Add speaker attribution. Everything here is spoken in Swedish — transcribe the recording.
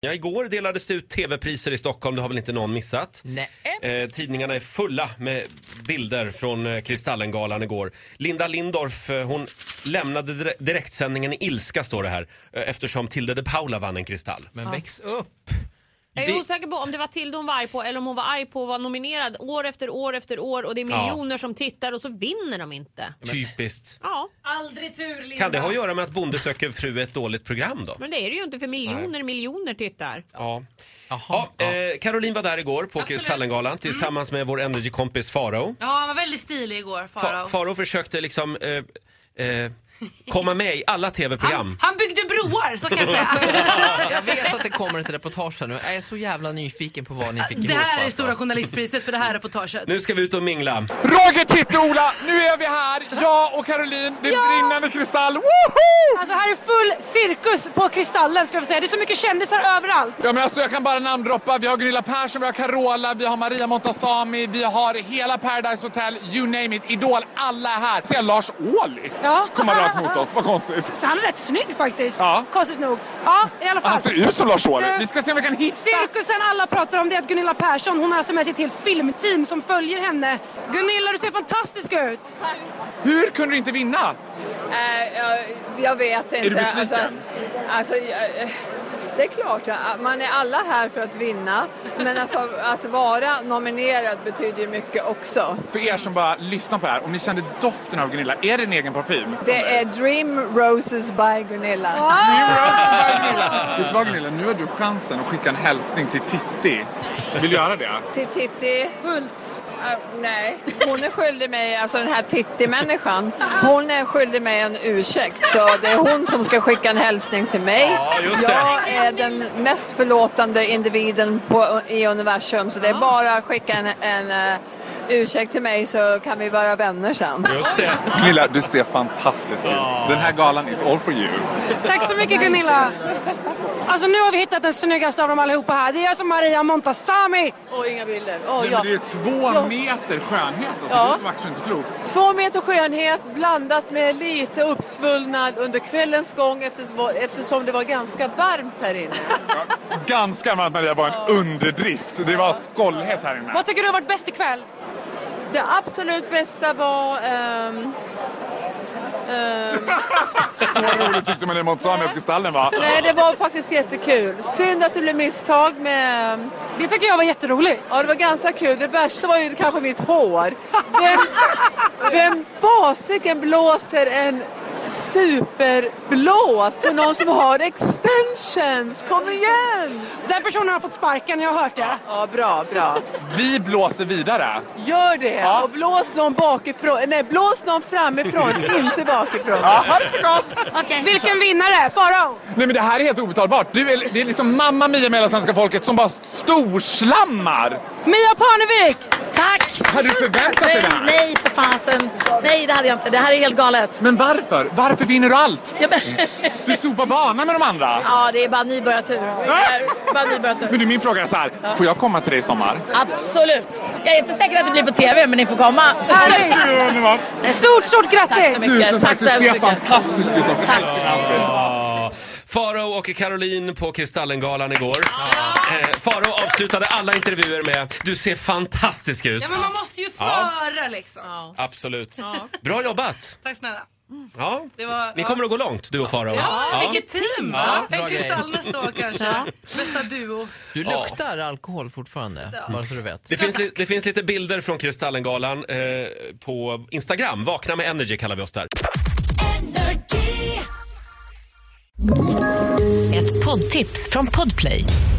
Speaker 1: Ja, igår delades det ut tv-priser i Stockholm, det har väl inte någon missat?
Speaker 2: Nej.
Speaker 1: Eh, tidningarna är fulla med bilder från eh, Kristallengalan igår. Linda Lindorff, eh, hon lämnade dire- direktsändningen i ilska står det här, eh, eftersom Tilde de Paula vann en Kristall.
Speaker 3: Men väx upp!
Speaker 4: Jag
Speaker 1: Vi-
Speaker 4: är osäker på om det var Tilde hon var arg på eller om hon var arg på att vara nominerad år efter år efter år och det är
Speaker 1: Ja.
Speaker 4: miljoner som tittar och så vinner de inte.
Speaker 1: Typiskt.
Speaker 4: Ja,
Speaker 5: Aldrig tur Linda.
Speaker 1: Kan det ha att göra med att Bonde söker fru är ett dåligt program då?
Speaker 4: men det är det ju inte för miljoner miljoner tittar.
Speaker 1: Ja.
Speaker 3: Jaha,
Speaker 1: Ja,
Speaker 3: ja.
Speaker 1: eh, Caroline var där igår på Kristallengalan tillsammans med vår energikompis Farao.
Speaker 5: Ja, han var väldigt stilig igår, Farao.
Speaker 1: Fa- Farao försökte liksom eh, eh, komma med i alla tv-program.
Speaker 5: han, han byggde broar, så kan jag
Speaker 3: Ja,
Speaker 5: säga.
Speaker 3: Jag vet att det kommer ett reportage här nu. Jag är så jävla nyfiken på vad ni fick
Speaker 5: det
Speaker 3: ihop,
Speaker 5: här är
Speaker 3: alltså.
Speaker 5: Stora Journalistpriset för det här reportaget.
Speaker 1: Nu ska vi ut och mingla.
Speaker 6: Roger, titta Ola! Nu är vi här! Jag och Caroline, det är brinnande kristall! Woho!
Speaker 7: Alltså här är full cirkus på Kristallen ska jag säga. Det är så mycket kändisar överallt.
Speaker 6: Ja, men alltså, jag kan bara namndroppa. Vi har Gunilla Persson, vi har Carola, vi har Maria Montazami, vi har hela Paradise Hotel, you name it, Idol, alla är här. Ser jag Lars Ohly
Speaker 7: Ja.
Speaker 6: komma rakt mot oss, vad konstigt.
Speaker 7: Så han är rätt snygg faktiskt.
Speaker 6: Ja. Alltså,
Speaker 7: Konstigt nog. Ja, i alla fall.
Speaker 6: Han ser ut som Lars Ohly.
Speaker 7: Eh,
Speaker 6: Vi ska se om vi kan hitta...
Speaker 7: Cirkusen alla pratar om det är att Gunilla Persson, hon har alltså med sig ett helt filmteam som följer henne. Gunilla, du ser fantastisk ut!
Speaker 6: Hur kunde du inte vinna?
Speaker 8: Nej, jag, Eh, jag vet inte.
Speaker 6: Är du besviken?
Speaker 8: Alltså, alltså, jag, eh, det är klart, att man är alla här för att vinna. Men att, att vara nominerad betyder ju mycket också.
Speaker 6: För er som bara lyssnar på det här, om ni kände doften av Gunilla, är det en egen parfym?
Speaker 8: Det är Dream Roses by Gunilla.
Speaker 6: Vet du vad Gunilla, nu har du chansen att skicka en hälsning till Titti. Vill du göra det?
Speaker 8: Till Titti.
Speaker 7: Schultz.
Speaker 8: eh, nej, hon är skyldig mig, alltså den här Titti-människan, hon är skyldig mig en ursäkt. Så det är hon som ska skicka en hälsning till mig.
Speaker 1: Ja, just det.
Speaker 8: Jag är den mest förlåtande individen på, i universum så det är bara att skicka en, en eh, ursäkt till mig så kan vi vara vänner sen.
Speaker 1: Just det.
Speaker 6: Gunilla, du ser fantastisk ut. Den här galan is all for you.
Speaker 7: Tack så mycket Gunilla! Alltså nu har vi hittat den snyggaste av dem allihopa här. Det är jag som Maria Montazami!
Speaker 8: Och inga bilder.
Speaker 6: Nej, men det är två meter skönhet. Alltså,
Speaker 8: Ja.
Speaker 6: Det är som action inte klokt.
Speaker 8: Två meter skönhet blandat med lite uppsvullnad under kvällens gång eftersom det var ganska varmt här inne.
Speaker 6: Ganska med att Maria var en underdrift. Det var skållhet här inne.
Speaker 7: Vad tycker du har varit bäst ikväll?
Speaker 8: Det absolut bästa var
Speaker 6: Så roligt tyckte man det mot Samuel Kristallen va?
Speaker 8: Nej, det var faktiskt jättekul. Synd att det blev misstag med...
Speaker 7: Det tycker jag var jätteroligt.
Speaker 8: Ja, det var ganska kul. Det värsta var ju kanske mitt hår. Vem, vem fasiken blåser en superblås på någon som har extensions? Kom igen!
Speaker 7: Den personen har fått sparken, jag har hört det.
Speaker 8: Ja, bra, bra.
Speaker 6: Vi blåser vidare.
Speaker 8: Gör det!
Speaker 6: Ja.
Speaker 8: Och blås någon bakifrån. Nej, blås någon framifrån, inte bakifrån.
Speaker 6: Ja, ha det så gott!
Speaker 7: Vilken vinnare! Farao!
Speaker 6: Nej men det här är helt obetalbart. Du är, det är liksom Mamma Mia med hela svenska folket som bara storslammar.
Speaker 7: Mia Parnevik!
Speaker 5: Tack!
Speaker 6: Hade du förväntat dig det här?
Speaker 5: Nej, för fasen. Nej, det hade jag inte. Det här är helt galet.
Speaker 6: Men varför? Varför vinner du allt?
Speaker 5: Ja, men...
Speaker 6: Du sopar banan med de andra.
Speaker 5: ja det är bara nybörjartur. Det är Bara
Speaker 6: Men
Speaker 5: nybörjartur.
Speaker 6: du, min fråga är så här. Får jag komma till dig i sommar?
Speaker 5: Absolut. Jag är inte säker att det blir på TV, men ni får komma.
Speaker 7: Härligt!
Speaker 6: Det är underbart.
Speaker 7: Stort, stort
Speaker 5: Tack så
Speaker 7: grattis!
Speaker 5: mycket.
Speaker 6: Tusen
Speaker 5: Tack
Speaker 6: tack,
Speaker 5: så
Speaker 6: du
Speaker 5: hemskt
Speaker 6: ser
Speaker 5: mycket.
Speaker 6: fantastisk ut också.
Speaker 5: Tack.
Speaker 1: Ja. Farao och Caroline på Kristallengalan igår. Eh, Farao avslutade alla intervjuer med “Du ser fantastisk ut”.
Speaker 5: Ja, men man måste ju smöra liksom.
Speaker 1: Absolut. Bra jobbat!
Speaker 5: Tack snälla.
Speaker 1: Ja.
Speaker 5: Det var-
Speaker 1: Ni
Speaker 5: ja.
Speaker 1: kommer att gå långt, du och Farao.
Speaker 5: Ja, vilket team!
Speaker 3: Ja,
Speaker 5: Ja,
Speaker 3: bra
Speaker 5: en
Speaker 3: grej.
Speaker 5: Kristallen står kanske. Bästa duo.
Speaker 3: Du
Speaker 1: Ja.
Speaker 3: luktar alkohol fortfarande, bara så du vet.
Speaker 1: Det finns, li- det finns lite bilder från Kristallengalan eh, på Instagram. Vakna med Energy kallar vi oss där.
Speaker 9: Ett poddtips från Podplay.